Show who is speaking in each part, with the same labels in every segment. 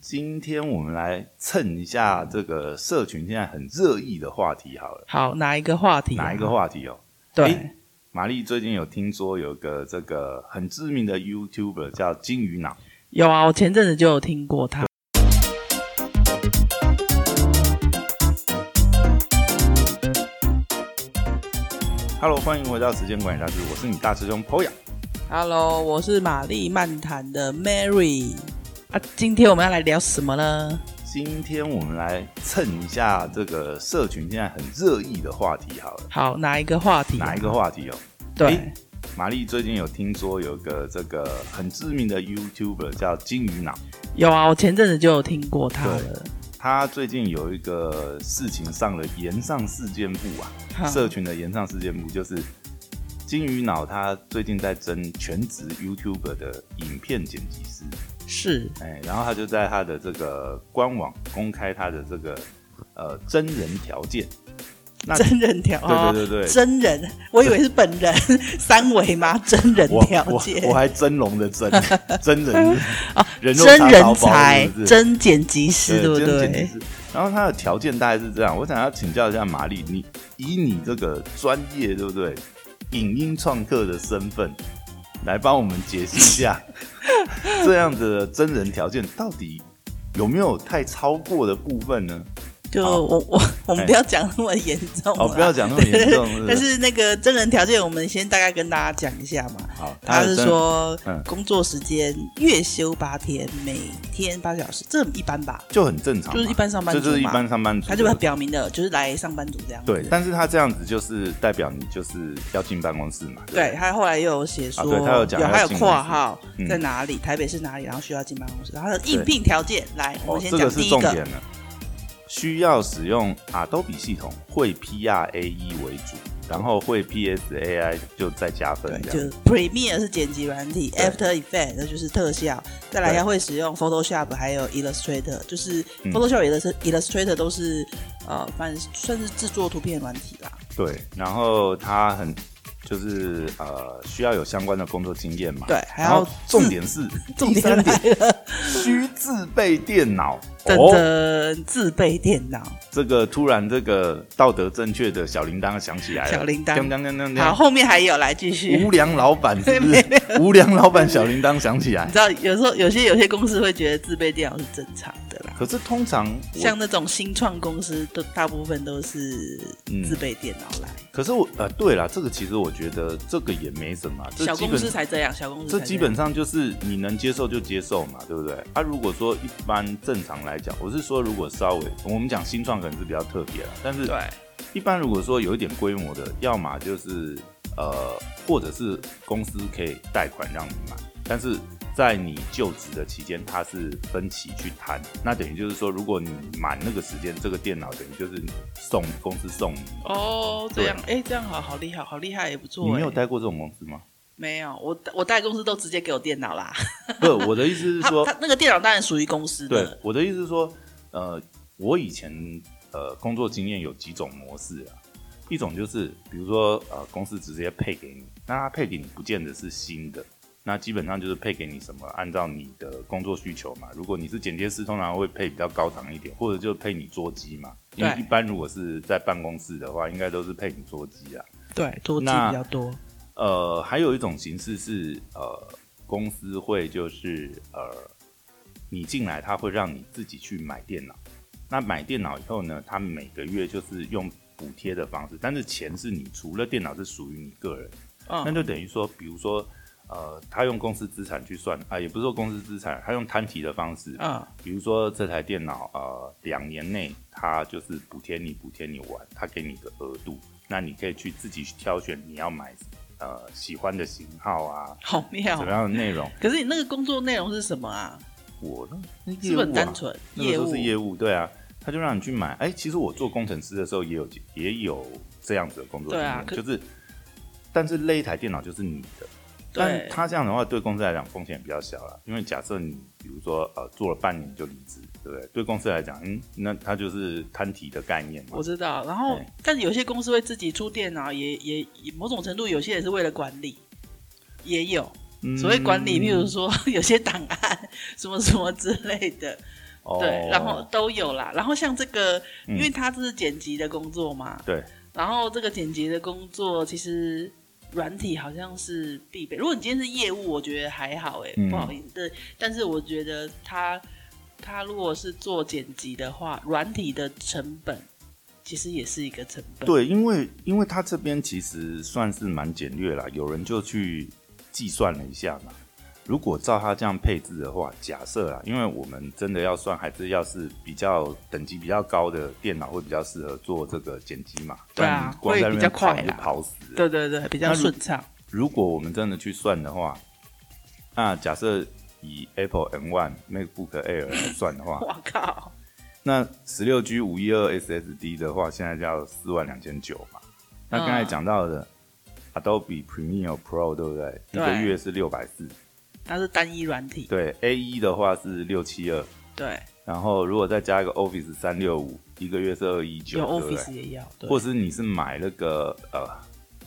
Speaker 1: 今天我们来蹭一下这个社群现在很热议的话题好了，
Speaker 2: 好，哪一个话题、啊
Speaker 1: 哪一个？话题哦？
Speaker 2: 对
Speaker 1: 诶，玛丽最近有听说有个这个很知名的 YouTuber 叫金鱼脑，
Speaker 2: 有啊，我前阵子就有听过他。
Speaker 1: Hello，欢迎回到时间管理大师，我是你大师兄 Poya。
Speaker 2: Hello，我是玛丽漫谈的 Mary。啊，今天我们要来聊什么呢？
Speaker 1: 今天我们来蹭一下这个社群现在很热议的话题好了，
Speaker 2: 好，哪一个话题？啊
Speaker 1: 哪一个话题哦？
Speaker 2: 嗯对，
Speaker 1: 诶玛丽最近有听说有个这个很知名的 YouTuber 叫金鱼脑，
Speaker 2: 有啊，我前阵子就有听过他了。
Speaker 1: 他最近有一个事情上了延上事件部啊，
Speaker 2: 哈
Speaker 1: 社群的延上事件部就是金鱼脑，他最近在争全职 YouTuber 的影片剪辑师，
Speaker 2: 是
Speaker 1: 哎，然后他就在他的这个官网公开他的这个呃真人条件，那
Speaker 2: 真人条，
Speaker 1: 对对对对
Speaker 2: 哦真人，我以为是本人 三维吗？真人
Speaker 1: 我
Speaker 2: 条
Speaker 1: 我
Speaker 2: 件
Speaker 1: 我还真龙的 真真人
Speaker 2: 哦，
Speaker 1: 人肉
Speaker 2: 真
Speaker 1: 茶
Speaker 2: 人
Speaker 1: 包包
Speaker 2: 才
Speaker 1: 是不，是
Speaker 2: 真剪辑师，对
Speaker 1: 对
Speaker 2: 不
Speaker 1: 真的
Speaker 2: 对
Speaker 1: 简？直是然后他的条件大概是这样，我想要请教一下玛丽，你以你这个专业，对不对？影音创客的身份，来帮我们解析一 下这样子的真人条件到底有没有太超过的部分呢？
Speaker 2: 就
Speaker 1: 好
Speaker 2: 我我我们
Speaker 1: 哎
Speaker 2: 不要讲那么严重啦，
Speaker 1: 哦，不要讲那么严 重，是不
Speaker 2: 但是那个真人条件，我们先大概跟大家讲一下嘛。
Speaker 1: 好，
Speaker 2: 他
Speaker 1: 的
Speaker 2: 是
Speaker 1: 啊真
Speaker 2: 说
Speaker 1: 嗯
Speaker 2: 工作时间月休八天，每天八小时，这很一般吧？
Speaker 1: 就很正常嘛，
Speaker 2: 就是一般上班
Speaker 1: 这
Speaker 2: 族
Speaker 1: 就是一
Speaker 2: 嘛
Speaker 1: 般上班族，
Speaker 2: 他就表明了，就是来上班族这样子。
Speaker 1: 对，但是他这样子就是代表你就是要进办公室嘛，对不
Speaker 2: 对
Speaker 1: 对
Speaker 2: 他后来又有写说，
Speaker 1: 啊对他有讲
Speaker 2: 还有
Speaker 1: 要进
Speaker 2: 括号
Speaker 1: 公司嗯
Speaker 2: 在哪里，台北是哪里，然后需要进办公室。然后他的
Speaker 1: 对
Speaker 2: 应聘条件，来，
Speaker 1: 哦，
Speaker 2: 我们先
Speaker 1: 这
Speaker 2: 讲
Speaker 1: 个是
Speaker 2: 第一
Speaker 1: 重
Speaker 2: 个，
Speaker 1: 点了，需要使用 Adobe 系统，会 PRAE E 为主，然后会 PSAI 就再加分
Speaker 2: 对，
Speaker 1: 这
Speaker 2: 就
Speaker 1: 样。
Speaker 2: 是 Premiere 是剪辑软体
Speaker 1: 对
Speaker 2: ，After Effect 那就是特效，再来
Speaker 1: 对
Speaker 2: 要会使用 Photoshop 还有 Illustrator，就是
Speaker 1: 嗯
Speaker 2: Photoshop、Illustrator 都是呃，反正算是制作图片软体啦。
Speaker 1: 对，然后它很就是呃需要有相关的工作经验嘛。
Speaker 2: 对还要
Speaker 1: 然后重
Speaker 2: 自
Speaker 1: 点是
Speaker 2: 重
Speaker 1: 第
Speaker 2: 点
Speaker 1: 三
Speaker 2: 来
Speaker 1: 点，
Speaker 2: 了，
Speaker 1: 需自备电脑。
Speaker 2: 等
Speaker 1: 哦，
Speaker 2: 等自备电脑。
Speaker 1: 这个突然这个道德正确的小铃铛响起来了，
Speaker 2: 小铃铛
Speaker 1: 叮叮叮叮叮
Speaker 2: 好，后面还有来继续
Speaker 1: 嗯无。良老板是 不是？无良老板小铃铛响起来
Speaker 2: 你。知道，有时候有些有些公司会觉得自备电脑是正常的啦。
Speaker 1: 可是通常我
Speaker 2: 像那种新创公司，都大部分都是
Speaker 1: 嗯
Speaker 2: 自备电脑来，
Speaker 1: 可是我呃，对啦，这个其实我觉得这个也没什么啊，这
Speaker 2: 小
Speaker 1: 基
Speaker 2: 公
Speaker 1: 本
Speaker 2: 司才这样，小公司才
Speaker 1: 这
Speaker 2: 样
Speaker 1: 基本上就是你能接受就接受嘛，对不对？啊，如果说一般正常来讲，我是说如果稍微我们讲新创可能是比较特别啦，但是
Speaker 2: 对
Speaker 1: 一般如果说有一点规模的，要么就是呃，或者是公司可以贷款让你买，但是在你就职的期间，它是分期去摊。那等于就是说，如果你满那个时间，这个电脑等于就是送公司送你。
Speaker 2: 哦，这样哎，这样好好厉害，好厉害，也不错。
Speaker 1: 你没有
Speaker 2: 哎
Speaker 1: 待过这种公司吗？
Speaker 2: 没有，我我带公司都直接给我电脑啦。
Speaker 1: 不，我的意思是
Speaker 2: 他
Speaker 1: 说，
Speaker 2: 他那个电脑当然属于公司
Speaker 1: 对
Speaker 2: 的，，
Speaker 1: 我的意思是说，呃，我以前呃工作经验有几种模式啊，一种就是比如说呃公司直接配给你，那它配给你不见得是新的，那基本上就是配给你什么，按照你的工作需求嘛。如果你是剪接师，通常会配比较高档一点，或者就配你桌机嘛。因为
Speaker 2: 对
Speaker 1: 一般如果是在办公室的话，应该都是配你桌机啊。
Speaker 2: 对，多机
Speaker 1: 那
Speaker 2: 比较多。
Speaker 1: 呃，还有一种形式是呃，公司会就是呃，你进来他会让你自己去买电脑。那买电脑以后呢，他每个月就是用补贴的方式，但是钱是你除了电脑是属于你个人，那
Speaker 2: 嗯，
Speaker 1: 就等于说，比如说呃，他用公司资产去算啊、也不是说公司资产，他用摊提的方式，
Speaker 2: 嗯，
Speaker 1: 比如说这台电脑，呃，两年内它就是补贴你补贴你玩，它给你个额度，那你可以去自己去挑选你要买呃喜欢的型号啊，
Speaker 2: 好妙
Speaker 1: 怎么。样的内容。
Speaker 2: 可是你那个工作内容是什么啊？
Speaker 1: 我呢，那
Speaker 2: 是
Speaker 1: 业
Speaker 2: 不
Speaker 1: 务、
Speaker 2: 是很
Speaker 1: 啊、
Speaker 2: 单纯？
Speaker 1: 那个
Speaker 2: 业
Speaker 1: 时候
Speaker 2: 务
Speaker 1: 是业务，对啊，他就让你去买。哎、其实我做工程师的时候也有也有这样子的工作经
Speaker 2: 对
Speaker 1: 验，
Speaker 2: 啊可
Speaker 1: 就是，但是那一台电脑就是你的。但
Speaker 2: 对，
Speaker 1: 他这样的话，对公司来讲风险比较小了，因为假设你比如说呃做了半年就离职，对不对？对公司来讲，嗯，那他就是摊提的概念嘛
Speaker 2: 我。知道。然后
Speaker 1: 对，
Speaker 2: 但有些公司会自己出电脑，也也也某种程度，有些也是为了管理，也有。
Speaker 1: 嗯
Speaker 2: 所谓管理，譬如说有些档案什么什么之类的，
Speaker 1: 哦，嗯
Speaker 2: 对，然后都有啦。然后像这个，因为他这是剪辑的工作嘛，
Speaker 1: 对。
Speaker 2: 然后这个剪辑的工作，其实软体好像是必备。如果你今天是业务，我觉得还好、欸，哎、
Speaker 1: 嗯
Speaker 2: 不好意思。对但是我觉得他他如果是做剪辑的话，软体的成本其实也是一个成本。
Speaker 1: 对，因为因为他这边其实算是蛮简略啦，有人就去计算了一下嘛。如果照他这样配置的话，假设啊啦，因为我们真的要算，还是要是比较等级比较高的电脑会比较适合做这个剪辑嘛。
Speaker 2: 对啊
Speaker 1: 但光在那边跑
Speaker 2: 会比
Speaker 1: 就
Speaker 2: 较快啦
Speaker 1: 跑死了。
Speaker 2: 对对对，比较
Speaker 1: 那如
Speaker 2: 顺畅。
Speaker 1: 如果我们真的去算的话，那假设以 Apple N One、MacBook Air 来算的话，
Speaker 2: 我靠，
Speaker 1: 那十六 G 五一二 SSD 的话，现在要四万两千九嘛。那刚才讲到的、Adobe Premiere Pro 对不对？一
Speaker 2: 对
Speaker 1: 个月是六百四。
Speaker 2: 它是单一软体。
Speaker 1: 对 A 一的话是六七二，
Speaker 2: 对，
Speaker 1: 然后如果再加一个 Office 三六五，一个月是二一九，
Speaker 2: 有
Speaker 1: 对不对
Speaker 2: Office 也要，对
Speaker 1: 或是你是买那个呃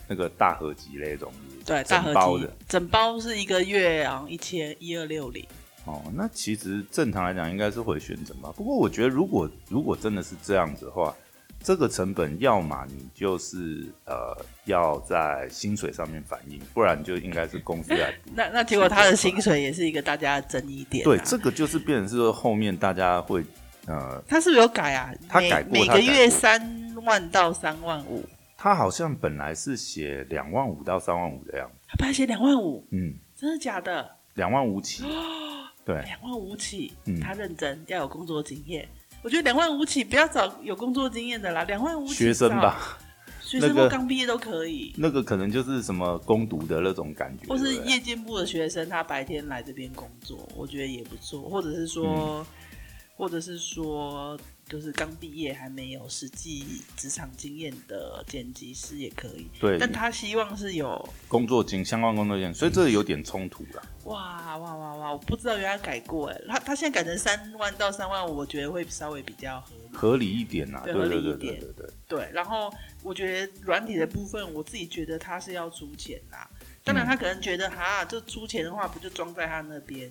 Speaker 1: 那个大合集那种，
Speaker 2: 对大
Speaker 1: 整
Speaker 2: 合
Speaker 1: 包
Speaker 2: 集
Speaker 1: 的。
Speaker 2: 整包是一个月好像一千一二六零。
Speaker 1: 哦，那其实正常来讲应该是会选择吧。不过我觉得，如果如果真的是这样子的话，这个成本要么你就是呃要在薪水上面反映，不然就应该是公司 来补。
Speaker 2: 那那结果他的薪水也是一个大家的争议点、啊。
Speaker 1: 对，这个就是变成是说后面大家会呃，
Speaker 2: 他是不是有改啊？
Speaker 1: 他
Speaker 2: 每
Speaker 1: 改过
Speaker 2: 每
Speaker 1: 他
Speaker 2: 个
Speaker 1: 改
Speaker 2: 月
Speaker 1: 过
Speaker 2: 三万到三万五，
Speaker 1: 他好像本来是写两万五到三万五的样子，
Speaker 2: 他本来写两万五，
Speaker 1: 嗯，
Speaker 2: 真的假的？
Speaker 1: 两万五 起，对，
Speaker 2: 两万五起，
Speaker 1: 嗯
Speaker 2: 他认真要有工作经验。我觉得两万五起不要找有工作经验的啦，两万五起
Speaker 1: 学生
Speaker 2: 找，
Speaker 1: 吧，
Speaker 2: 学生
Speaker 1: 那
Speaker 2: 或
Speaker 1: 个
Speaker 2: 刚毕业都可以，
Speaker 1: 那个可能就是什么攻读的那种感觉，
Speaker 2: 或是
Speaker 1: 对不对
Speaker 2: 夜间部的学生，他白天来这边工作，我觉得也不错。或者是
Speaker 1: 嗯
Speaker 2: 说，或者是说，就是刚毕业还没有实际职场经验的剪辑师也可以。
Speaker 1: 对
Speaker 2: 但他希望是有
Speaker 1: 工作经相关工作经验，所以这有点冲突啦。
Speaker 2: 哇哇哇哇！我不知道原来改过哎，他他现在改成三万到三万五，我觉得会稍微比较合理。
Speaker 1: 合理一点呐、
Speaker 2: 对
Speaker 1: 对对
Speaker 2: 合理
Speaker 1: 对对
Speaker 2: 一点
Speaker 1: 对对，
Speaker 2: 对，然后我觉得软体的部分，我自己觉得他是要出钱啦。当
Speaker 1: 嗯
Speaker 2: 然，他可能觉得哈，就出钱的话，不就装在他那边、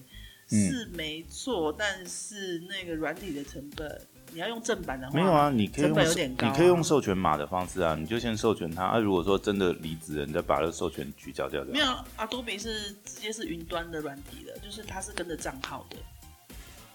Speaker 1: 嗯
Speaker 2: 是没错，但是那个软体的成本，你要用正版的话，
Speaker 1: 没有啊，你可以
Speaker 2: 成
Speaker 1: 用
Speaker 2: 本有
Speaker 1: 授
Speaker 2: 点高啊
Speaker 1: 你可以用授权码的方式啊，你就先授权他啊。如果说真的离职了，你再把这授权取消掉就
Speaker 2: 没
Speaker 1: 好。
Speaker 2: 有，Adobe 啊是直接是云端的软体的，就是它是跟着账号的，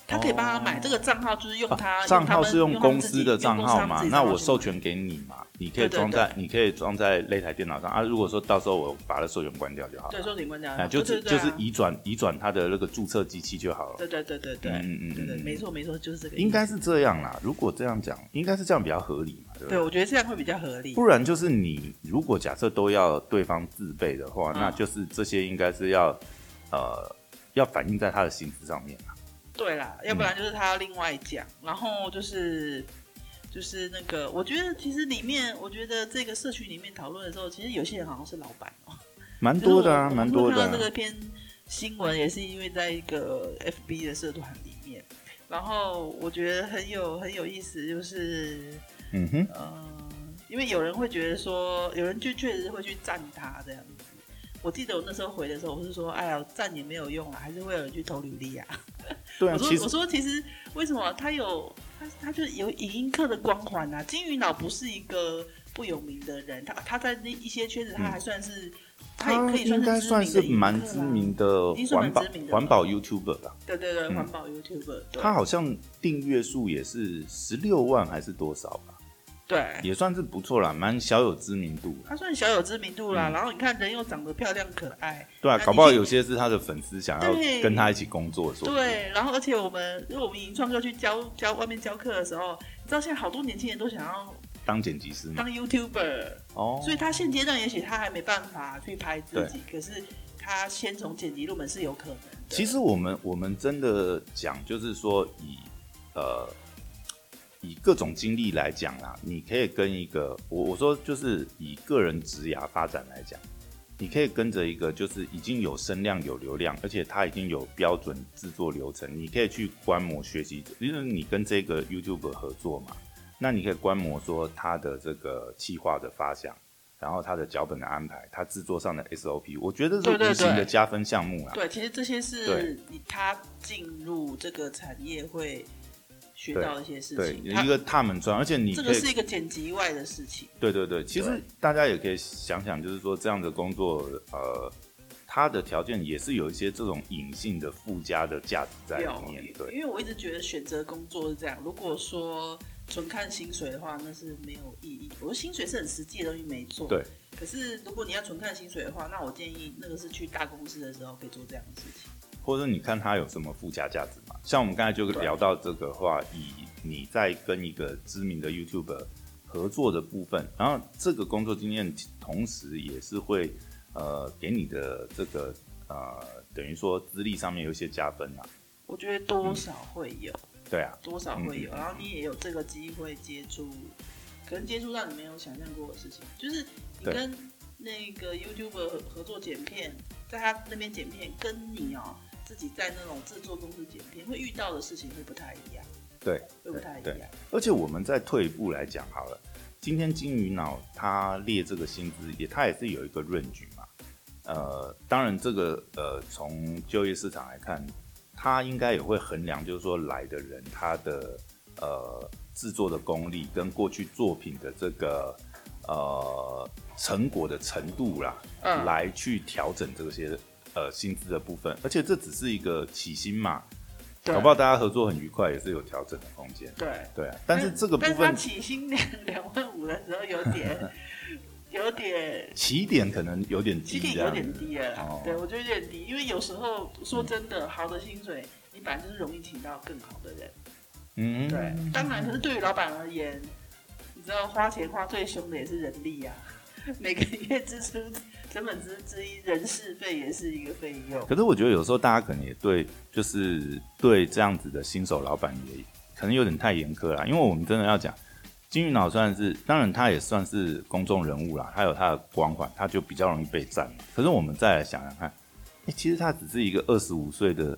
Speaker 2: 他可以帮他买、
Speaker 1: 哦
Speaker 2: 这个账号，就是用他
Speaker 1: 啊账、号是
Speaker 2: 用
Speaker 1: 用
Speaker 2: 他们
Speaker 1: 公司的账号嘛？那我授。
Speaker 2: 用公司他们自己账去
Speaker 1: 权
Speaker 2: 买
Speaker 1: 给你嘛，你可以
Speaker 2: 对对
Speaker 1: 装在，你可以装在那台电脑上啊。如果说到时候我把它授权关掉就好
Speaker 2: 对，
Speaker 1: 了，
Speaker 2: 说你关掉，
Speaker 1: 啊，就
Speaker 2: 对
Speaker 1: 只
Speaker 2: 对对
Speaker 1: 就
Speaker 2: 啊
Speaker 1: 是移转移转它的那个注册机器就好了。
Speaker 2: 对对对对对，
Speaker 1: 嗯嗯嗯
Speaker 2: 对对，
Speaker 1: 嗯
Speaker 2: 没错没错，就是这个意思，
Speaker 1: 应该是这样啦，如果这样讲，应该是这样比较合理嘛，对不
Speaker 2: 对，我觉得这样会比较合理
Speaker 1: 不。然就是你如果假设都要对方自备的话，
Speaker 2: 嗯
Speaker 1: 那就是这些应该是要呃要反映在他的薪资上面啊
Speaker 2: 对啦，要不然就是他要另外讲，然后就是就是那个，我觉得其实里面，我觉得这个社区里面讨论的时候，其实有些人好像是老板哦，
Speaker 1: 蛮多的啊，
Speaker 2: 就是我
Speaker 1: 蛮多的
Speaker 2: 我看
Speaker 1: 啊
Speaker 2: 到这。个篇新闻也是因为在一个 FB 的社团里面，然后我觉得很有很有意思，就是
Speaker 1: 嗯哼，
Speaker 2: 呃，因为有人会觉得说，有人就确实会去赞他这样子。我记得我那时候回的时候，我是说，哎呀，赞也没有用啊，还是会有人去投履历啊。
Speaker 1: 对啊，
Speaker 2: 我
Speaker 1: 其
Speaker 2: 说，
Speaker 1: 实
Speaker 2: 我说，其实为什么他有他他就有影音课的光环啊？金鱼脑不是一个不有名的人，他他在那一些圈子，他还算是、他也可以
Speaker 1: 嗯应该
Speaker 2: 算
Speaker 1: 算
Speaker 2: 是
Speaker 1: 是
Speaker 2: 知名的
Speaker 1: 蛮
Speaker 2: 影音课啦
Speaker 1: 知名的
Speaker 2: 已经算
Speaker 1: 环
Speaker 2: 蛮
Speaker 1: 保
Speaker 2: 知名的了
Speaker 1: 环保 YouTuber 啦。
Speaker 2: 对对对，
Speaker 1: 嗯
Speaker 2: 环保 YouTuber，、对
Speaker 1: 他好像订阅数也是十六万还是多少吧，
Speaker 2: 对，
Speaker 1: 也算是不错啦，蛮小有知名度啦。
Speaker 2: 他算小有知名度
Speaker 1: 嗯
Speaker 2: 啦。然后你看人又长得漂亮可爱，
Speaker 1: 对啊
Speaker 2: 那，你
Speaker 1: 搞不好
Speaker 2: 可以
Speaker 1: 有些是他的粉丝想
Speaker 2: 对
Speaker 1: 要跟他一起工作，说不定
Speaker 2: 对，然后而且我们因为我们影创课去教教外面教课的时候，你知道现在好多年轻人都想要
Speaker 1: 当剪辑师嘛。
Speaker 2: 当 YouTuber，、
Speaker 1: 哦，
Speaker 2: 所以他现阶段也许他还没办法去拍自
Speaker 1: 对
Speaker 2: 己，可是他先从剪辑入门是有可能的。
Speaker 1: 其实我们我们真的讲，就是说以呃以各种经历来讲啦，你可以跟一个我我说就是以个人职涯发展来讲，你可以跟着一个就是已经有声量、有流量，而且他已经有标准制作流程，你可以去观摩学习，因为你跟这个 YouTube 合作嘛，那你可以观摩说他的这个企划的发想。然后他的脚本的安排，他制作上的 SOP，我觉得是
Speaker 2: 对对
Speaker 1: 无形
Speaker 2: 对
Speaker 1: 的加分项目啦。啊
Speaker 2: 对，其实这些是
Speaker 1: 对
Speaker 2: 你他进入这个产业会学到一些事
Speaker 1: 对，
Speaker 2: 情。
Speaker 1: 有
Speaker 2: 它
Speaker 1: 一个他们专，而且你
Speaker 2: 这
Speaker 1: 可
Speaker 2: 个
Speaker 1: 以
Speaker 2: 是一个剪辑以外的事情，
Speaker 1: 对对对，其实
Speaker 2: 对
Speaker 1: 大家也可以想想，就是说这样的工作，呃，它的条件也是有一些这种隐性的附加的价值在里
Speaker 2: 有
Speaker 1: 面。，对，
Speaker 2: 因为我一直觉得选择工作是这样。如果说纯看薪水的话，那是没有意义。我说薪水是很实际的东西，没错。
Speaker 1: 对。
Speaker 2: 可是如果你要纯看薪水的话，那我建议那个是去大公司的时候可以做这样的事情。
Speaker 1: 或者你看它有什么附加价值嘛？像我们刚才就聊到这个话，以你在跟一个知名的 YouTube 合作的部分，然后这个工作经验同时也是会呃给你的这个呃等于说资历上面有一些加分啊。
Speaker 2: 我觉得
Speaker 1: 嗯
Speaker 2: 多少会有，
Speaker 1: 对啊，
Speaker 2: 多少会有，
Speaker 1: 嗯
Speaker 2: 然后你也有这个机会接触，可能接触到你没有想象过的事情，就是你
Speaker 1: 对
Speaker 2: 跟那个 YouTube 合合作剪片，在他那边剪片，跟你哦自己在那种制作公司剪片会遇到的事情会不太一样，
Speaker 1: 对。
Speaker 2: 会不太一
Speaker 1: 对
Speaker 2: 样。
Speaker 1: 而且我们再退一步来讲好了，今天金鱼脑它列这个薪资也，它也是有一个润局嘛。呃，当然这个呃，从就业市场来看，它应该也会衡量，就是说来的人他的呃制作的功力跟过去作品的这个呃成果的程度啦，
Speaker 2: 嗯
Speaker 1: 来去调整这些呃薪资的部分。而且这只是一个起薪嘛，
Speaker 2: 对
Speaker 1: 搞不好大家合作很愉快，也是有调整的空间。
Speaker 2: 对，
Speaker 1: 对啊，但是这个部
Speaker 2: 但是他
Speaker 1: 分
Speaker 2: 起薪两两万五的时候有点 有点
Speaker 1: 起点可能有点低，
Speaker 2: 起点
Speaker 1: 这
Speaker 2: 有
Speaker 1: 样
Speaker 2: 点
Speaker 1: 子。
Speaker 2: 低了啦，
Speaker 1: 哦
Speaker 2: 对我觉得有点低，因为有时候说真的，好的薪水，你本来就是容易请到更好的人，
Speaker 1: 嗯，
Speaker 2: 对，当然，可是对于老板而言，你知道花钱花最凶的也是人力啊， 每个月支出成本之之一，人事费也是一个费用，
Speaker 1: 可是我觉得有时候大家可能也对，就是对这样子的新手老板也可能有点太严苛啦，因为我们真的要讲。金鱼脑算是，当然他也算是公众人物啦，他有他的光环，他就比较容易被赞。可是我们再来想想看，哎、其实她只是一个二十五岁的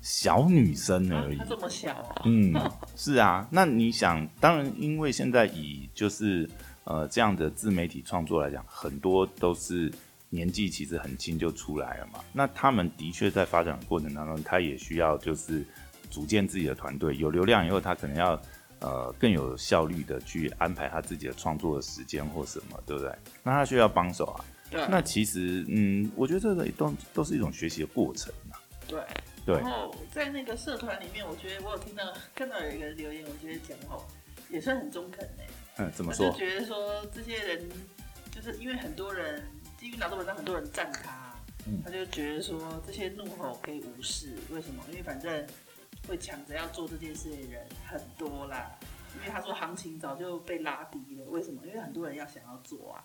Speaker 1: 小女生
Speaker 2: 啊
Speaker 1: 而已，
Speaker 2: 他这么小哦，
Speaker 1: 嗯，是啊，那你想，当然，因为现在以就是呃这样的自媒体创作来讲，很多都是年纪其实很轻就出来了嘛。那他们的确在发展的过程当中，他也需要就是组建自己的团队，有流量以后，他可能要呃更有效率的去安排他自己的创作的时间或什么，对不对？那他需要帮手啊。
Speaker 2: 对
Speaker 1: 那其实，嗯，我觉得这个都都是一种学习的过程啊。
Speaker 2: 对。
Speaker 1: 对
Speaker 2: 然，后在那个社团里面，我觉得我有听到看到有一个留言，我觉得讲得好也算很中肯呢、
Speaker 1: 嗯，怎么
Speaker 2: 我就
Speaker 1: 说？
Speaker 2: 觉得说这些人，就是因为很多人基于脑的文章，很多人赞他，
Speaker 1: 嗯
Speaker 2: 他就觉得说这些怒吼可以无视，为什么？因为反正会抢着要做这件事的人很多啦。因为他说行情早就被拉低了，为什么？因为很多人要想要做啊。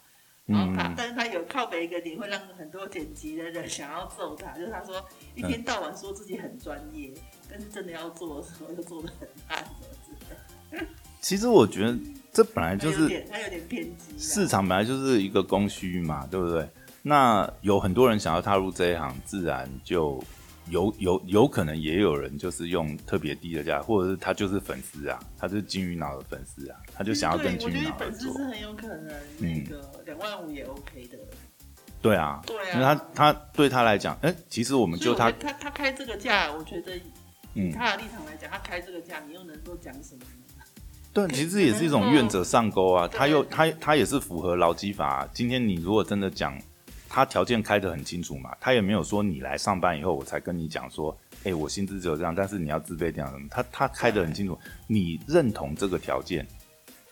Speaker 2: 然后他，
Speaker 1: 嗯，
Speaker 2: 但是他有靠北一个点，会让很多剪辑的人想要揍他，就是他说一天到晚说自己很专业，但是真的要做的时候又做的很烂，什么之类的
Speaker 1: 其实我觉得这本来就
Speaker 2: 他有
Speaker 1: 是。
Speaker 2: 点他有点偏激啦。啊
Speaker 1: 市场本来就是一个供需嘛，对不对？那有很多人想要踏入这一行，自然就有有有可能也有人就是用特别低的价，或者是他就是粉丝啊，他就是金鱼脑的粉丝啊，他就想要跟
Speaker 2: 嗯对，
Speaker 1: 金
Speaker 2: 我觉
Speaker 1: 鱼
Speaker 2: 得
Speaker 1: 脑合
Speaker 2: 粉丝
Speaker 1: 作嗯
Speaker 2: 是。很有可能那个两万五也 OK 的。
Speaker 1: 对啊，
Speaker 2: 对啊
Speaker 1: 因为他他对他来讲，哎、其实我们
Speaker 2: 所
Speaker 1: 就
Speaker 2: 以我觉
Speaker 1: 他
Speaker 2: 得，他他开这个价，我觉得以
Speaker 1: 嗯，
Speaker 2: 他的立场来讲，他开这个价，你又能够讲什么呢？
Speaker 1: 对，其实也是一种愿者上钩啊。他
Speaker 2: 嗯
Speaker 1: 又他他也是符合劳基法啊、今天你如果真的讲，他条件开得很清楚嘛，他也没有说你来上班以后我才跟你讲说，哎，我薪资只有这样，但是你要自备这样什么。他他开得很清楚，你认同这个条件，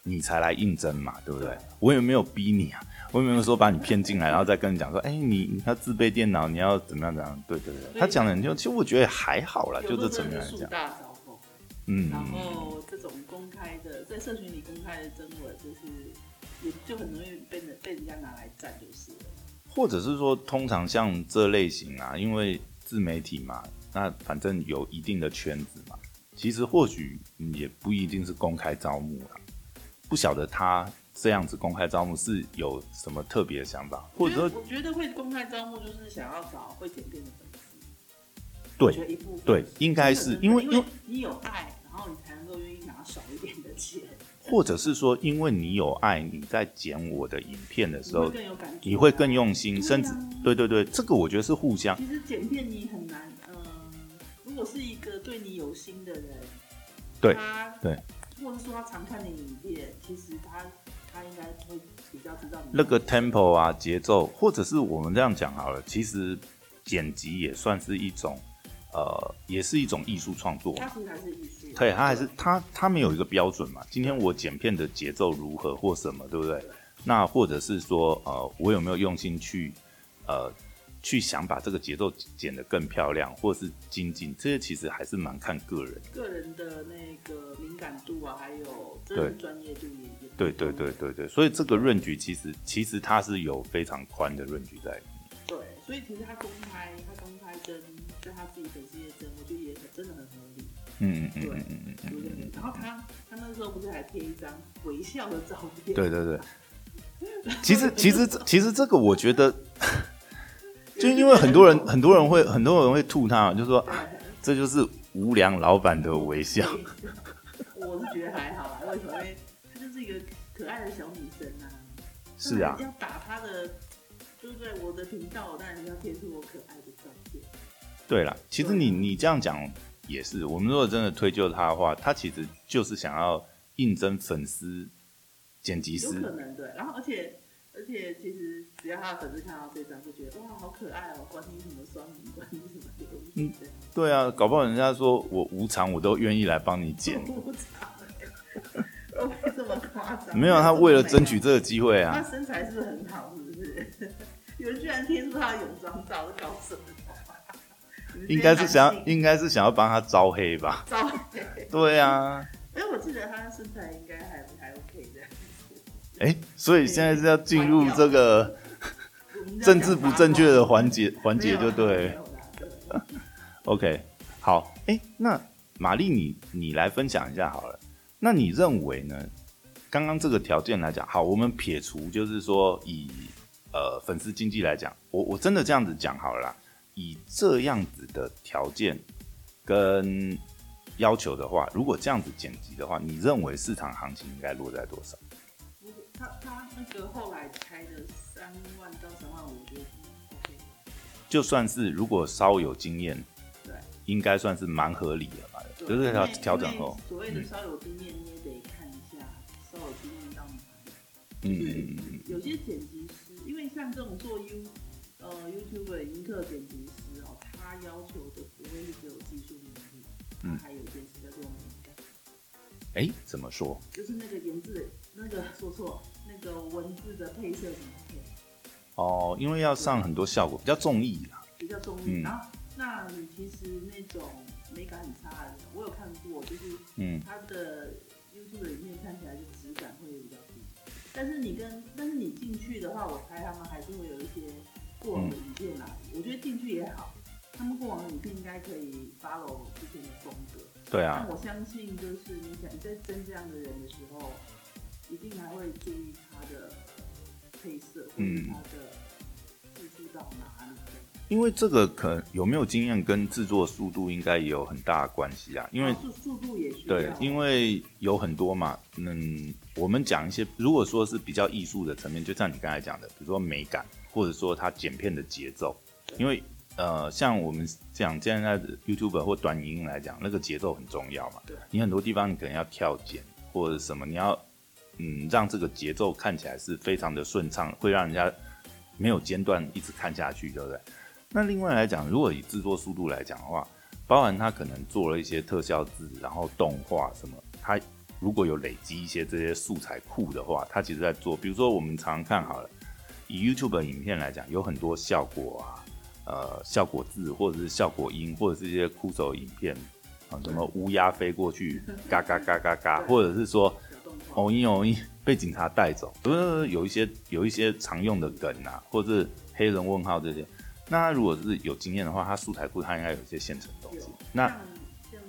Speaker 1: 你才来应征嘛，对不对
Speaker 2: 对？
Speaker 1: 我也没有逼你啊，我也没有说把你骗进来，然后再跟你讲说，哎，你你要自备电脑，你要怎么样怎么样？对对对，
Speaker 2: 对
Speaker 1: 他讲的很清楚，其实我觉得还好啦，啊就
Speaker 2: 有
Speaker 1: 这
Speaker 2: 的
Speaker 1: 层
Speaker 2: 真
Speaker 1: 面
Speaker 2: 的
Speaker 1: 来
Speaker 2: 是树
Speaker 1: 讲，
Speaker 2: 大招风，
Speaker 1: 嗯
Speaker 2: 然后这种公开的在社群里公开的征文，就是也就很容易被人被人家拿来赞，就是了。
Speaker 1: 或者是说，通常像这类型啊，因为自媒体嘛，那反正有一定的圈子嘛，其实或许嗯也不一定是公开招募啦，不晓得他这样子公开招募是有什么特别的想法，或者
Speaker 2: 我
Speaker 1: 说
Speaker 2: 觉得我觉得会公开招募，就是想要找会剪片的粉丝。
Speaker 1: 对
Speaker 2: 我觉得一部分
Speaker 1: 对应该是
Speaker 2: 真的
Speaker 1: 因为
Speaker 2: 因
Speaker 1: 因为
Speaker 2: 你有爱，然后你才能够愿意拿少一点的钱，
Speaker 1: 或者是说，因为你有爱，你在剪我的影片的
Speaker 2: 你
Speaker 1: 时
Speaker 2: 会
Speaker 1: 候，
Speaker 2: 更有感觉、
Speaker 1: 你会更。用心，
Speaker 2: 对啊
Speaker 1: 甚至对对对，这个我觉得是互相。
Speaker 2: 呃其实剪片你很难，嗯、如果是一个对你有心的人，
Speaker 1: 对
Speaker 2: 他
Speaker 1: 对，
Speaker 2: 或者说他常看的影片，其实他他应该会比较知道你
Speaker 1: 那个 tempo 啊，节奏，或者是我们这样讲好了，其实剪辑也算是一种，呃，也是一种艺术创作嘛。
Speaker 2: 他其实还是艺术，
Speaker 1: 对，他还是他他们有一个标准嘛。今天我剪片的节奏如何或什么，对不对？那或者是说，呃，我有没有用心去，呃，去想把这个节奏剪得更漂亮，或是精进，这些其实还是蛮看个人。
Speaker 2: 个人的那个敏感度啊，还有真
Speaker 1: 对
Speaker 2: 人专业度也也
Speaker 1: 对对对对对，所以这个润局其实其实它是有非常宽的润局在。
Speaker 2: 对，所以其实他公开他公开跟跟他自己粉丝也争，我觉得也很真的很合理。
Speaker 1: 嗯嗯
Speaker 2: 对
Speaker 1: 嗯嗯嗯嗯
Speaker 2: 有点
Speaker 1: 嗯，
Speaker 2: 然后他他那时候不是还贴一张微笑的照片？
Speaker 1: 对，对对。其实其实这其实这个我觉得， 就因为很多人很多人会很多人会吐他，就说啊这就是无良老板的微笑。
Speaker 2: 我是觉得还好啦，啊为什么？因为她就是一个可爱的小女生啊。
Speaker 1: 是啊
Speaker 2: 当然，要打她的，对不对？我的频道，我当然要贴出我可爱的照片。
Speaker 1: 对啦，其实你你这样讲也是，我们如果真的推究他的话，他其实就是想要应征粉丝剪辑
Speaker 2: 有可
Speaker 1: 师。
Speaker 2: 能对，然后而且而且其实只要他的粉丝看到这张，就觉得哇好可爱哦，关你什么双名，关你什么流
Speaker 1: 嗯
Speaker 2: 嗯，对，
Speaker 1: 对啊，搞不好人家说我无偿，我都愿意来帮你 剪。
Speaker 2: 我不知道欸，会不会这么夸张？
Speaker 1: 没有，他为了争取
Speaker 2: 这么
Speaker 1: 这个机会
Speaker 2: 美啊，
Speaker 1: 啊
Speaker 2: 他，身材是不是很好？是不是？ 有人居然贴出他的泳装照，在搞什么？ 你们
Speaker 1: 应该
Speaker 2: 这些
Speaker 1: 是想要
Speaker 2: 男性
Speaker 1: 应该是想要帮他招黑吧？
Speaker 2: 照，
Speaker 1: 对啊，
Speaker 2: 哎，我记得他身材应该还还 OK 的。
Speaker 1: 哎、所以现在是要进入这个
Speaker 2: 我们这
Speaker 1: 政
Speaker 2: 样
Speaker 1: 治
Speaker 2: 讲八
Speaker 1: 不
Speaker 2: 卦
Speaker 1: 正确的环节环
Speaker 2: 没
Speaker 1: 节，
Speaker 2: 有
Speaker 1: 就
Speaker 2: 啦
Speaker 1: 对
Speaker 2: 没
Speaker 1: 了。
Speaker 2: 有啦对。
Speaker 1: OK，好，哎、那玛丽你，你来分享一下好了。那你认为呢？刚刚这个条件来讲，好，我们撇除就是说以呃粉丝经济来讲，我我真的这样子讲好了啦。以这样子的条件跟要求的话，如果这样子剪辑的话，你认为市场行情应该落在多少？
Speaker 2: 他他那个后来开的三万到三万五，我觉得嗯 OK。
Speaker 1: 就算是如果稍有经验，
Speaker 2: 对，
Speaker 1: 应该算是蛮合理的吧，
Speaker 2: 对
Speaker 1: 就是
Speaker 2: 因
Speaker 1: 调
Speaker 2: 为
Speaker 1: 调整
Speaker 2: 因为
Speaker 1: 后，
Speaker 2: 所谓的
Speaker 1: 嗯
Speaker 2: 稍有经验，你也得看一下稍有经验到哪里。
Speaker 1: 嗯嗯嗯嗯，
Speaker 2: 有些剪辑师，因为像这种做 U 呃 YouTube 的音客剪辑师哦，他要求的不会是只有技术能力，
Speaker 1: 嗯
Speaker 2: 他还有一件事叫做敏感，
Speaker 1: 哎、怎么说？
Speaker 2: 就是那个文字的那个说错，那个文字的配色怎么配。
Speaker 1: 哦，因为要上很多效果，比较综艺啦。
Speaker 2: 比较中
Speaker 1: 嗯
Speaker 2: 意。然后，那你其实那种美感很差的人，我有看过，就是
Speaker 1: 嗯
Speaker 2: 他的 YouTube 的影片看起来就质感会比较低。但是你跟，但是你进去的话，我猜他们还是会有一些过往的影片啦。我觉得进去也好，他们过往的影片应该可以 follow 之前的风格。
Speaker 1: 对啊
Speaker 2: 但，我相信，就是你想你在争这样的人的时候，一定还会注意他的配色或者
Speaker 1: 嗯
Speaker 2: 他的技术到哪里这样。
Speaker 1: 因为这个可有没有经验跟制作速度应该也有很大的关系啊，因为
Speaker 2: 哦速速度也需要，
Speaker 1: 对，因
Speaker 2: 为
Speaker 1: 为有很多嘛，嗯，我们讲一些，如果说是比较艺术的层面，就像你刚才讲的，比如说美感，或者说它剪片的节奏，因为呃，像我们讲现在的 YouTube 或短影音来讲，那个节奏很重要嘛
Speaker 2: 对，
Speaker 1: 你很多地方你可能要跳剪或者什么，你要嗯让这个节奏看起来是非常的顺畅，会让人家没有间断一直看下去，对不对？那另外来讲，如果以制作速度来讲的话，包含他可能做了一些特效字，然后动画什么，他如果有累积一些这些素材库的话，他其实在做，比如说我们常常看好了，以 YouTube 影片来讲，有很多效果啊，呃，效果字或者是效果音，或者是一些酷手影片啊，什么乌鸦飞过去，嘎嘎嘎嘎嘎，
Speaker 2: 对
Speaker 1: 或者是说
Speaker 2: 小动画
Speaker 1: 偶一偶一哦被警察带走，不是有一些有一些常用的梗啊，或者是黑人问号这些。那如果是有经验的话，他素材库他应该有一些现成的东
Speaker 2: 有
Speaker 1: 西
Speaker 2: 像。
Speaker 1: 那
Speaker 2: 像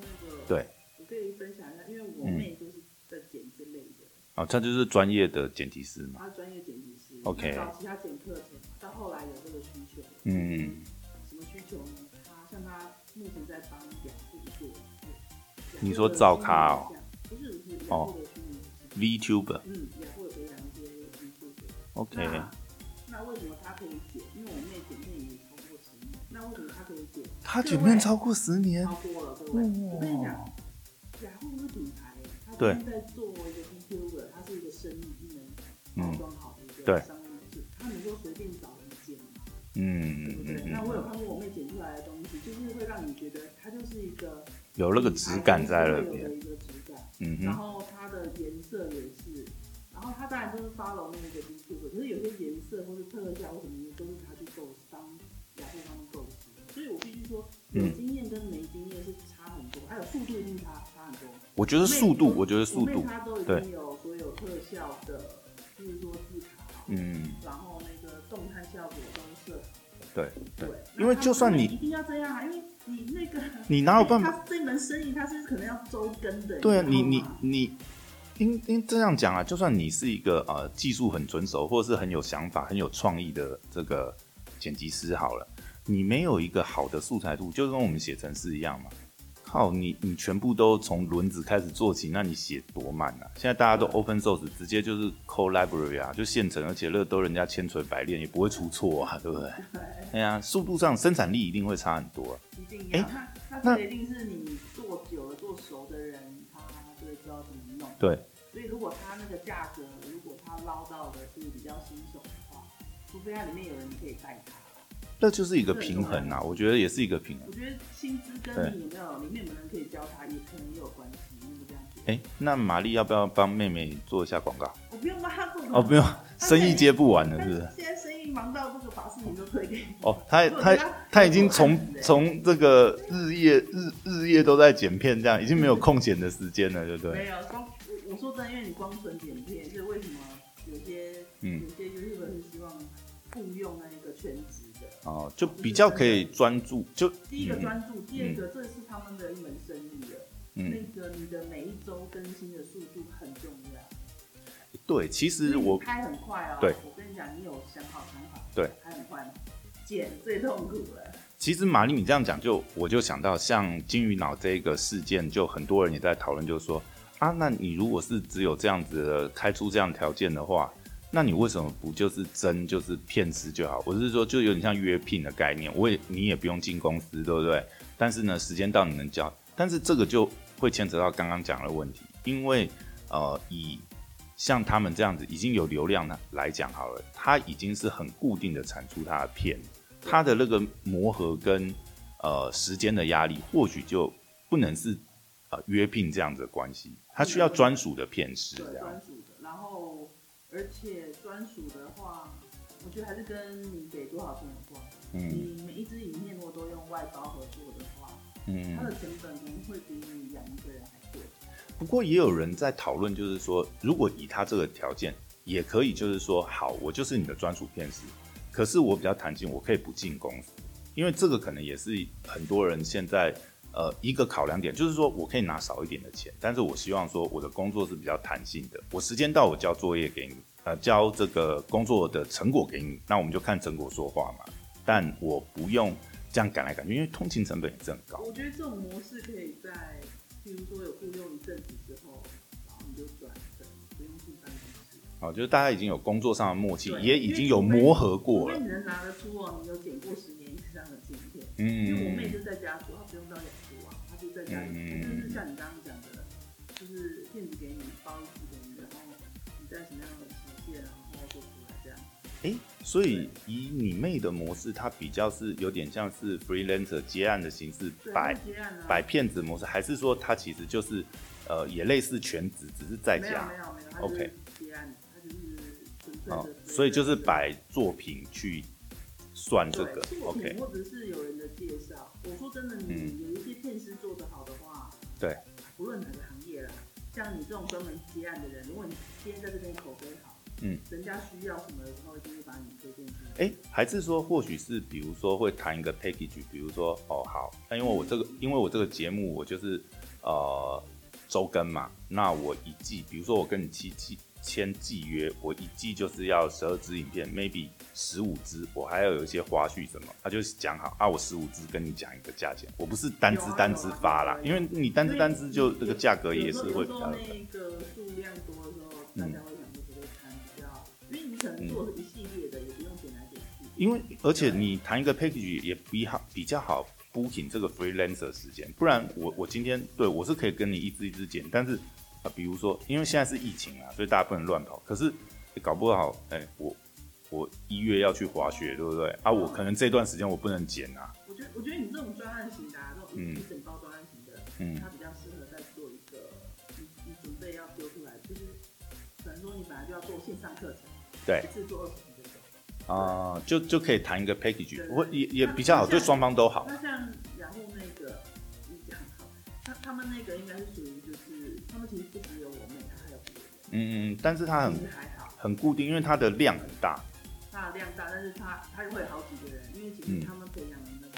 Speaker 2: 那个，
Speaker 1: 对，嗯
Speaker 2: 我可以分享一下，因为我妹就是在剪这类的，
Speaker 1: 啊，他就是专业的剪辑师嘛。
Speaker 2: 她专业剪辑师
Speaker 1: OK
Speaker 2: 她早期她剪课程嘛，到后来有这个需求，
Speaker 1: 嗯，
Speaker 2: 什么需求呢？她像她目前在帮雅虎做一个，
Speaker 1: 你说照咖哦
Speaker 2: 雅虎的虚拟偶像？不是，是雅
Speaker 1: 哦
Speaker 2: 虎的虚拟偶像
Speaker 1: VTuber，OK，、
Speaker 2: 嗯，雅虎
Speaker 1: OK，
Speaker 2: 有培养一些 YouTuber。那那为什么她可以剪？因为我妹剪片已经超过十年，那为什么她可以剪？
Speaker 1: 他
Speaker 2: 剪
Speaker 1: 剪
Speaker 2: 片
Speaker 1: 片
Speaker 2: 超
Speaker 1: 超过十年
Speaker 2: 超过了，各位，我跟你讲，雅虎是品牌，它
Speaker 1: 对
Speaker 2: 现在做一个 YouTuber，它是一个生意，一门
Speaker 1: 嗯
Speaker 2: 包装好的一
Speaker 1: 对
Speaker 2: 个商业模式，他能够随便找人接吗？
Speaker 1: 嗯
Speaker 2: 对
Speaker 1: 嗯
Speaker 2: 不
Speaker 1: 嗯
Speaker 2: 对？那
Speaker 1: 嗯，
Speaker 2: 我有看过我妹剪出来的东西，就是会让你觉得它就是一个
Speaker 1: 有那个质感在那
Speaker 2: 有
Speaker 1: 边
Speaker 2: 的，一个质感，
Speaker 1: 嗯
Speaker 2: 然
Speaker 1: 哼，
Speaker 2: 后它的颜色也是，然后它当然就是 follow 那个 YouTube，可是有些颜色或是特效或什么都是他去构思，帮雅虎帮构思的，所以我必须说有
Speaker 1: 嗯
Speaker 2: 经验跟没经验是差很多，还有速度一定差差很多。
Speaker 1: 我觉得速度，我觉得速
Speaker 2: 我妹
Speaker 1: 度，
Speaker 2: 她都已
Speaker 1: 对
Speaker 2: 经有所有特效的，比如说字卡，
Speaker 1: 嗯，
Speaker 2: 然后那个动态效果都设好
Speaker 1: 对
Speaker 2: 对
Speaker 1: 对，，因为就算你
Speaker 2: 那他们一定要这样啊，因为你那个
Speaker 1: 你哪有办法？
Speaker 2: 他这门生意他是可能要周更的，
Speaker 1: 对啊，你
Speaker 2: 你
Speaker 1: 你
Speaker 2: 知道吗
Speaker 1: 你，应应这样讲啊，就算你是一个呃技术很纯熟，或者是很有想法、很有创意的这个剪辑师好了，你没有一个好的素材度，就跟我们写程式一样嘛。靠你，你全部都从轮子开始做起，那你写多慢啊？现在大家都 open source，直接就是 code library 啊，就现成，而且那都人家千锤百炼，也不会出错啊，对不对？哎呀，速度上生产力一定会差很多、啊。
Speaker 2: 一定要
Speaker 1: 哎
Speaker 2: 他他
Speaker 1: 那
Speaker 2: 这个一定是你做久了做熟的人，他就会知道怎么弄。
Speaker 1: 对，
Speaker 2: 所以如果他那个价格，如果他捞到的是比较新手的话，除非他里面有人可以带他。
Speaker 1: 那就是一个平衡啊，我觉得也是一个平衡。
Speaker 2: 我觉得薪资跟你有没有里面有没有人可以教他，也可能也有关系。那个这样子，
Speaker 1: 哎、那玛丽要不要帮妹妹做一下广告？
Speaker 2: 我不用帮他做广告
Speaker 1: 哦，不用， 生意接不完了，
Speaker 2: 但
Speaker 1: 是不
Speaker 2: 是
Speaker 1: 是？
Speaker 2: 现在生意忙到这个把事情都推给你。
Speaker 1: 哦，她
Speaker 2: 我觉
Speaker 1: 她
Speaker 2: 得
Speaker 1: 她已经从
Speaker 2: 对
Speaker 1: 从这个日夜日日夜都在剪片，这样已经没有空闲的时间了，对不
Speaker 2: 没
Speaker 1: 对？
Speaker 2: 有光，我我说真的，因为你光纯剪片，所以为什么有些、
Speaker 1: 嗯
Speaker 2: 有些 YouTuber 是希望雇佣那个全职的？
Speaker 1: 哦，就比较可以专注，就
Speaker 2: 第一个
Speaker 1: 嗯
Speaker 2: 专注，第二个这是他们的一门生意了。
Speaker 1: 嗯，
Speaker 2: 那个你的每一周更新的速度很重要。
Speaker 1: 对，其实
Speaker 2: 所以你
Speaker 1: 我
Speaker 2: 拍很快哦。
Speaker 1: 对
Speaker 2: 我跟你讲，你有想好想法，
Speaker 1: 对，
Speaker 2: 拍很快，剪最痛苦了。
Speaker 1: 其实玛丽，你这样讲就我就想到，像金鱼脑这个事件，就很多人也在讨论，就是说啊，那你如果是只有这样子的开出这样条件的话，那你为什么不就是真就是骗吃就好？我是说，就有点像约聘的概念，我也你也不用进公司，对不对？但是呢，时间到你能交，但是这个就会牵扯到刚刚讲的问题，因为呃，以像他们这样子已经有流量的来讲好了，它已经是很固定的产出它的片，它的那个磨合跟呃时间的压力，或许就不能是呃约聘这样子的关系，它需要专属的片师
Speaker 2: 对，
Speaker 1: 这样
Speaker 2: 专。属的。然后，而且专属的话，我觉得还是跟你给多少钱有关。
Speaker 1: 嗯
Speaker 2: 你每一支影片如果都用外包合作的话，它
Speaker 1: 嗯。
Speaker 2: 的成本可能会比你养一个人还贵。
Speaker 1: 不过也有人在讨论，就是说，如果以他这个条件，也可以就是说，好，我就是你的专属片师，可是我比较弹性，我可以不进公司，因为这个可能也是很多人现在呃一个考量点，就是说我可以拿少一点的钱，但是我希望说我的工作是比较弹性的，我时间到我交作业给你，呃，交这个工作的成果给你，那我们就看成果说话嘛，但我不用这样赶来赶去，因为通勤成本也是很高。
Speaker 2: 我觉得这种模式可以在，比如说有雇佣一阵子之后，然后你就转正，不用进办公室。
Speaker 1: 哦，就是大家已经有工作上的默契
Speaker 2: 对，
Speaker 1: 也已经有磨合
Speaker 2: 除
Speaker 1: 过
Speaker 2: 非
Speaker 1: 了。
Speaker 2: 你能拿得出哦，你有剪过十年以上的经验。因为我妹
Speaker 1: 嗯
Speaker 2: 就在家做，她不用到演出啊，她就在家里，
Speaker 1: 嗯
Speaker 2: 她就是像你刚刚讲的，就是片子给你，包一次给你，然后你在什么样的条件，然后做出来这样。
Speaker 1: 哎、所以以你妹的模式，它比较是有点像是 freelancer 接案的形式
Speaker 2: 对，
Speaker 1: 摆
Speaker 2: 就结案啊，
Speaker 1: 摆骗子模式，还是说它其实就是呃也类似全职，只是在
Speaker 2: 没有
Speaker 1: 家
Speaker 2: 没有没有，她就是
Speaker 1: OK
Speaker 2: 结案，她就是纯粹
Speaker 1: 哦
Speaker 2: 的，，
Speaker 1: 所以就是摆作品去算这个
Speaker 2: 对作品
Speaker 1: OK，嗯
Speaker 2: 或者是有人的介绍。我说真的，你有一些片师做得好的话，
Speaker 1: 对，
Speaker 2: 不论哪个行业啦，像你这种专门接案的人，如果你今天在这边口碑好，
Speaker 1: 嗯，
Speaker 2: 人家需要什么的时候，一定会把你推荐出来。
Speaker 1: 哎、还是说，或许是比如说会谈一个 package，比如说哦好，那因为我这
Speaker 2: 嗯
Speaker 1: 个因为我这个节目我就是呃周更嘛，那我一季，比如说我跟你七季签季约，我一季就是要十二支影片，maybe 十五支，我还要有一些花絮什么，他就讲好啊，我十五支跟你讲一个价钱，我不是单支
Speaker 2: 啊
Speaker 1: 单支发啦，因为你单支单支就这个价格也是会比较嗯
Speaker 2: 有时候那个数量多的时候，大家会想说不会看比较，因为你可能做的一系列的，也不用点来点去。
Speaker 1: 因为而且你谈一个 package 也比好比较好 booking 这个 freelancer 时间，不然我我今天对我是可以跟你一支一支剪，但是啊、比如说因为现在是疫情啊，所以大家不能乱跑，可是、欸搞不好哎、我我一月要去滑雪，对不对啊？我可能这段时间我不能剪啊，
Speaker 2: 我觉得我觉得你这种专案型的、啊，这种
Speaker 1: 嗯
Speaker 2: 一整包专案型的，
Speaker 1: 嗯
Speaker 2: 它比较适合在做一个你你准备要丢出来，就是可能说你本来就要做线上课程，
Speaker 1: 对
Speaker 2: 一次做二十几分钟。
Speaker 1: 啊、就就可以谈一个
Speaker 2: 对
Speaker 1: package，我也也比较好，对双方都好，
Speaker 2: 那像然后那个你讲好，他他们那个应该是属于就是他们其实不只有我妹，他还有别人，
Speaker 1: 嗯嗯，但是它
Speaker 2: 其实
Speaker 1: 很
Speaker 2: 还好，
Speaker 1: 很固定，因为它的量很大，
Speaker 2: 他的量大，但是他他会有好几个人，因为其
Speaker 1: 嗯
Speaker 2: 实他们培养的那个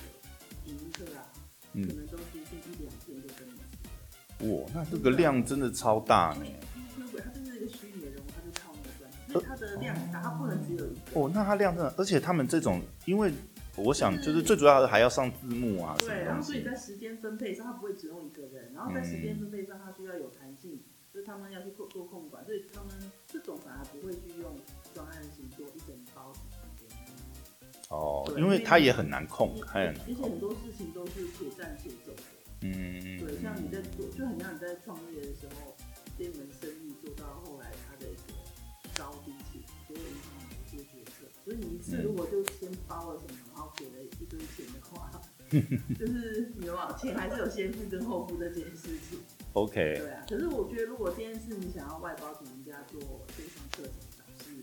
Speaker 2: 影音课啊，可
Speaker 1: 嗯，
Speaker 2: 能都是一两天就跟你一起了。
Speaker 1: 哇，那这个量真的超大呢，
Speaker 2: 因为 YouTube 它就是一个虚拟的人物，它就靠那个赚，所以它的量很大，它不能只有一个。
Speaker 1: 哦，那它量真的，而且他们这种，因为我想就是最主要的还要上字幕啊，什
Speaker 2: 嗯对，
Speaker 1: 么
Speaker 2: 然
Speaker 1: 东
Speaker 2: 后所以
Speaker 1: 西，嗯
Speaker 2: 在时间分配上，它不会只用一个人，然后在时间分配上，它需要有弹性，就是他们要去做做控管，所以他们这种反而不会去用专案型做一整包的时间。
Speaker 1: 哦，
Speaker 2: 对
Speaker 1: 因为它也很难控，还
Speaker 2: 而
Speaker 1: 很
Speaker 2: 且
Speaker 1: 难
Speaker 2: 而且
Speaker 1: 控，
Speaker 2: 很多事情都是且战且走的。
Speaker 1: 嗯，
Speaker 2: 对，像你在做，就很像你在创业的时候，这门生意做到后来，它的一个高低起伏，就会影响你的一些决策。所以你一
Speaker 1: 嗯
Speaker 2: 次如果就先包了什么，然后给了一堆钱的 话，就是你往前还是有先付跟后付这件事情。
Speaker 1: OK，
Speaker 2: 对啊，可是我觉得如果今天是你想要外包请人家做线上课程，是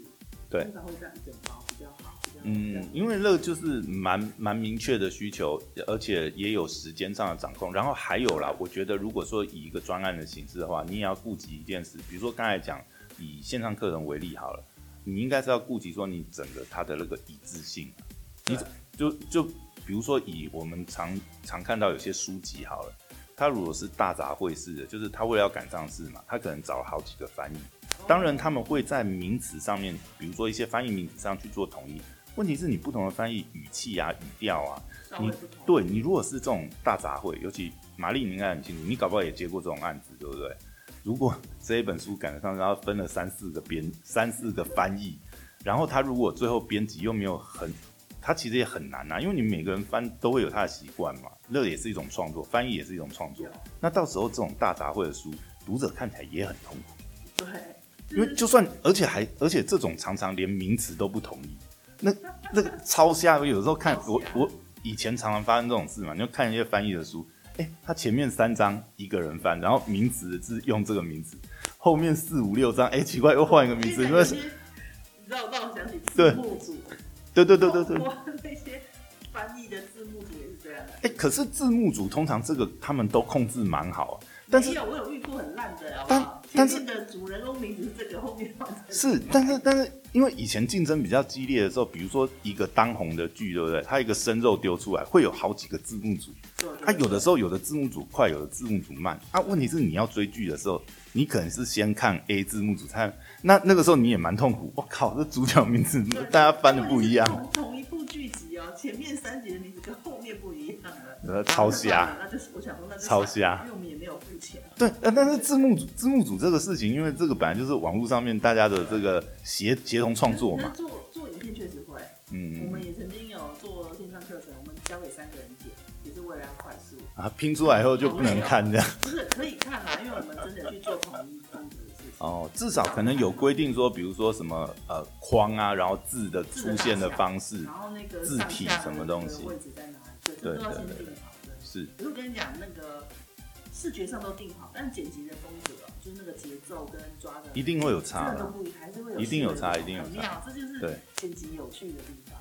Speaker 1: 对
Speaker 2: 通常会这样一整包比较好，比较比较
Speaker 1: 嗯，因为那个就是蛮蛮明确的需求，而且也有时间上的掌控。然后还有啦，我觉得如果说以一个专案的形式的话，你也要顾及一件事，比如说刚才讲以线上课程为例好了，你应该是要顾及说你整个它的那个一致性啊。你就就比如说以我们常常看到有些书籍好了，它如果是大杂烩式的，就是它为了要赶上市嘛，它可能找了好几个翻译，当然，他们会在名词上面，比如说一些翻译名词上去做统一。问题是你不同的翻译语气啊、语调啊，
Speaker 2: 稍
Speaker 1: 你
Speaker 2: 微不同。
Speaker 1: 对你如果是这种大杂烩，尤其玛丽你应该很清楚，你搞不好也接过这种案子，对不对？如果这一本书赶得上，然后分了三四个编、三四个翻译，然后他如果最后编辑又没有很，他其实也很难啊，因为你每个人翻都会有他的习惯嘛，那也是一种创作，翻译也是一种创作。那到时候这种大杂烩的书，读者看起来也很痛苦。
Speaker 2: 对，
Speaker 1: 因为就算，而且还，而且这种常常连名词都不统一，那那个超瞎。有时候看我我以前常常发生这种事嘛，你就看一些翻译的书，哎、他前面三章一个人翻，然后名词是用这个名字，后面四五六章，哎、奇怪又换一个名字，
Speaker 2: 因
Speaker 1: 因
Speaker 2: 为
Speaker 1: 为
Speaker 2: 有些你知道让我想起字
Speaker 1: 对
Speaker 2: 幕组，
Speaker 1: 对对对对对。
Speaker 2: 我那些翻译的字幕组也是这样的。
Speaker 1: 哎、可是字幕组通常这个他们都控制蛮好、啊，但是
Speaker 2: 没有，我有遇过很烂的，好不
Speaker 1: 但
Speaker 2: 好？
Speaker 1: 但
Speaker 2: 前面的主人公名字是这个，后面换成
Speaker 1: 是，但是但是，因为以前竞争比较激烈的时候，比如说一个当红的剧，对不对？它一个生肉丢出来，会有好几个字幕组。
Speaker 2: 对对
Speaker 1: 啊，有的时候有的字幕组快，有的字幕组慢。啊，问题是你要追剧的时候，你可能是先看 A 字幕组，看那那个时候你也蛮痛苦。我靠，这主角名字
Speaker 2: 对
Speaker 1: 大家翻的不一样，
Speaker 2: 同同一部剧集哦，前面三集的名字跟后面不一样了，
Speaker 1: 呃超
Speaker 2: 瞎
Speaker 1: 瞎。。
Speaker 2: 那就是我想说，那就是
Speaker 1: 超瞎
Speaker 2: 因为我们也没有付钱。
Speaker 1: 对，呃但是字幕组字幕组这个事情，因为这个本来就是网络上面大家的这个协协同创作
Speaker 2: 可
Speaker 1: 嘛
Speaker 2: 是，做做影片确实会，我
Speaker 1: 嗯
Speaker 2: 们也曾经有做线上课程，我们交给三个人解，也是为了要快速。
Speaker 1: 啊，拼出来以后就不能看这样。
Speaker 2: 不是可以看啊啦，因为我们真的去做统一风格的事情。
Speaker 1: 哦，至少可能有规定说，比如说什么呃框啊，然后字的
Speaker 2: 字的
Speaker 1: 出现的
Speaker 2: 大小
Speaker 1: 方式
Speaker 2: 然后那个
Speaker 1: 字体
Speaker 2: 上下
Speaker 1: 什么
Speaker 2: 的
Speaker 1: 东西
Speaker 2: 那个位置在哪里，对，这都要先定好的。
Speaker 1: 是
Speaker 2: 可是我跟你讲，那个视觉上都定好，但剪辑的风格，就是那个节奏跟抓的，
Speaker 1: 一定会有
Speaker 2: 真
Speaker 1: 差
Speaker 2: 的都
Speaker 1: 的。
Speaker 2: 不一样，还是会有
Speaker 1: 一定有
Speaker 2: 细微的
Speaker 1: 差
Speaker 2: 不
Speaker 1: 一
Speaker 2: 同
Speaker 1: 定有差
Speaker 2: 很妙，这就是
Speaker 1: 对
Speaker 2: 剪辑有趣的地方。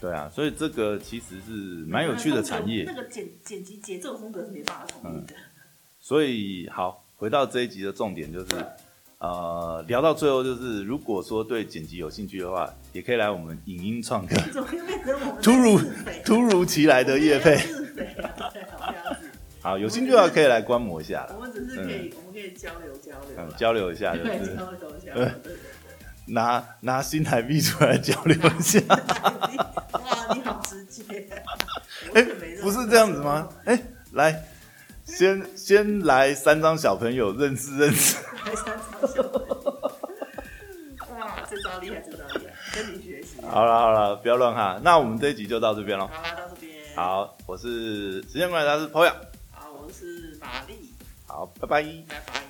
Speaker 1: 对啊，所以这个其实是蛮有趣的产业嗯
Speaker 2: 那。个剪剪辑节奏风格是没办法统一的。
Speaker 1: 所以好，回到这一集的重点就是
Speaker 2: 对，
Speaker 1: 呃，聊到最后就是，如果说对剪辑有兴趣的话，也可以来我们影音创客。
Speaker 2: 怎么又变成我们
Speaker 1: 突如
Speaker 2: 在自肥
Speaker 1: 突如其来的业 配，
Speaker 2: 自肥啊对啊不要自肥
Speaker 1: 好，有兴趣的话可以来观摩一下啦
Speaker 2: 我们只是可以，我们可以交流交流啦
Speaker 1: 嗯，，交流一下，就
Speaker 2: 对，
Speaker 1: 是呃
Speaker 2: 交流交流，对对
Speaker 1: 拿拿新台币出来交流一下，
Speaker 2: 对。哇，你好直接，我
Speaker 1: 哎
Speaker 2: 可没，
Speaker 1: 不是这样子吗？？哎，来，先先来三张小朋友认识认识，
Speaker 2: 还想嘲笑我哇，这招厉害，这招厉害，跟你学习。好
Speaker 1: 好了好了，不要乱哈，那我们这一集就到这边喽。
Speaker 2: 啦，到这边。好，我是时间管理大师 Poya，
Speaker 1: 好，我是玛丽，
Speaker 2: 好，拜拜。
Speaker 1: 拜拜。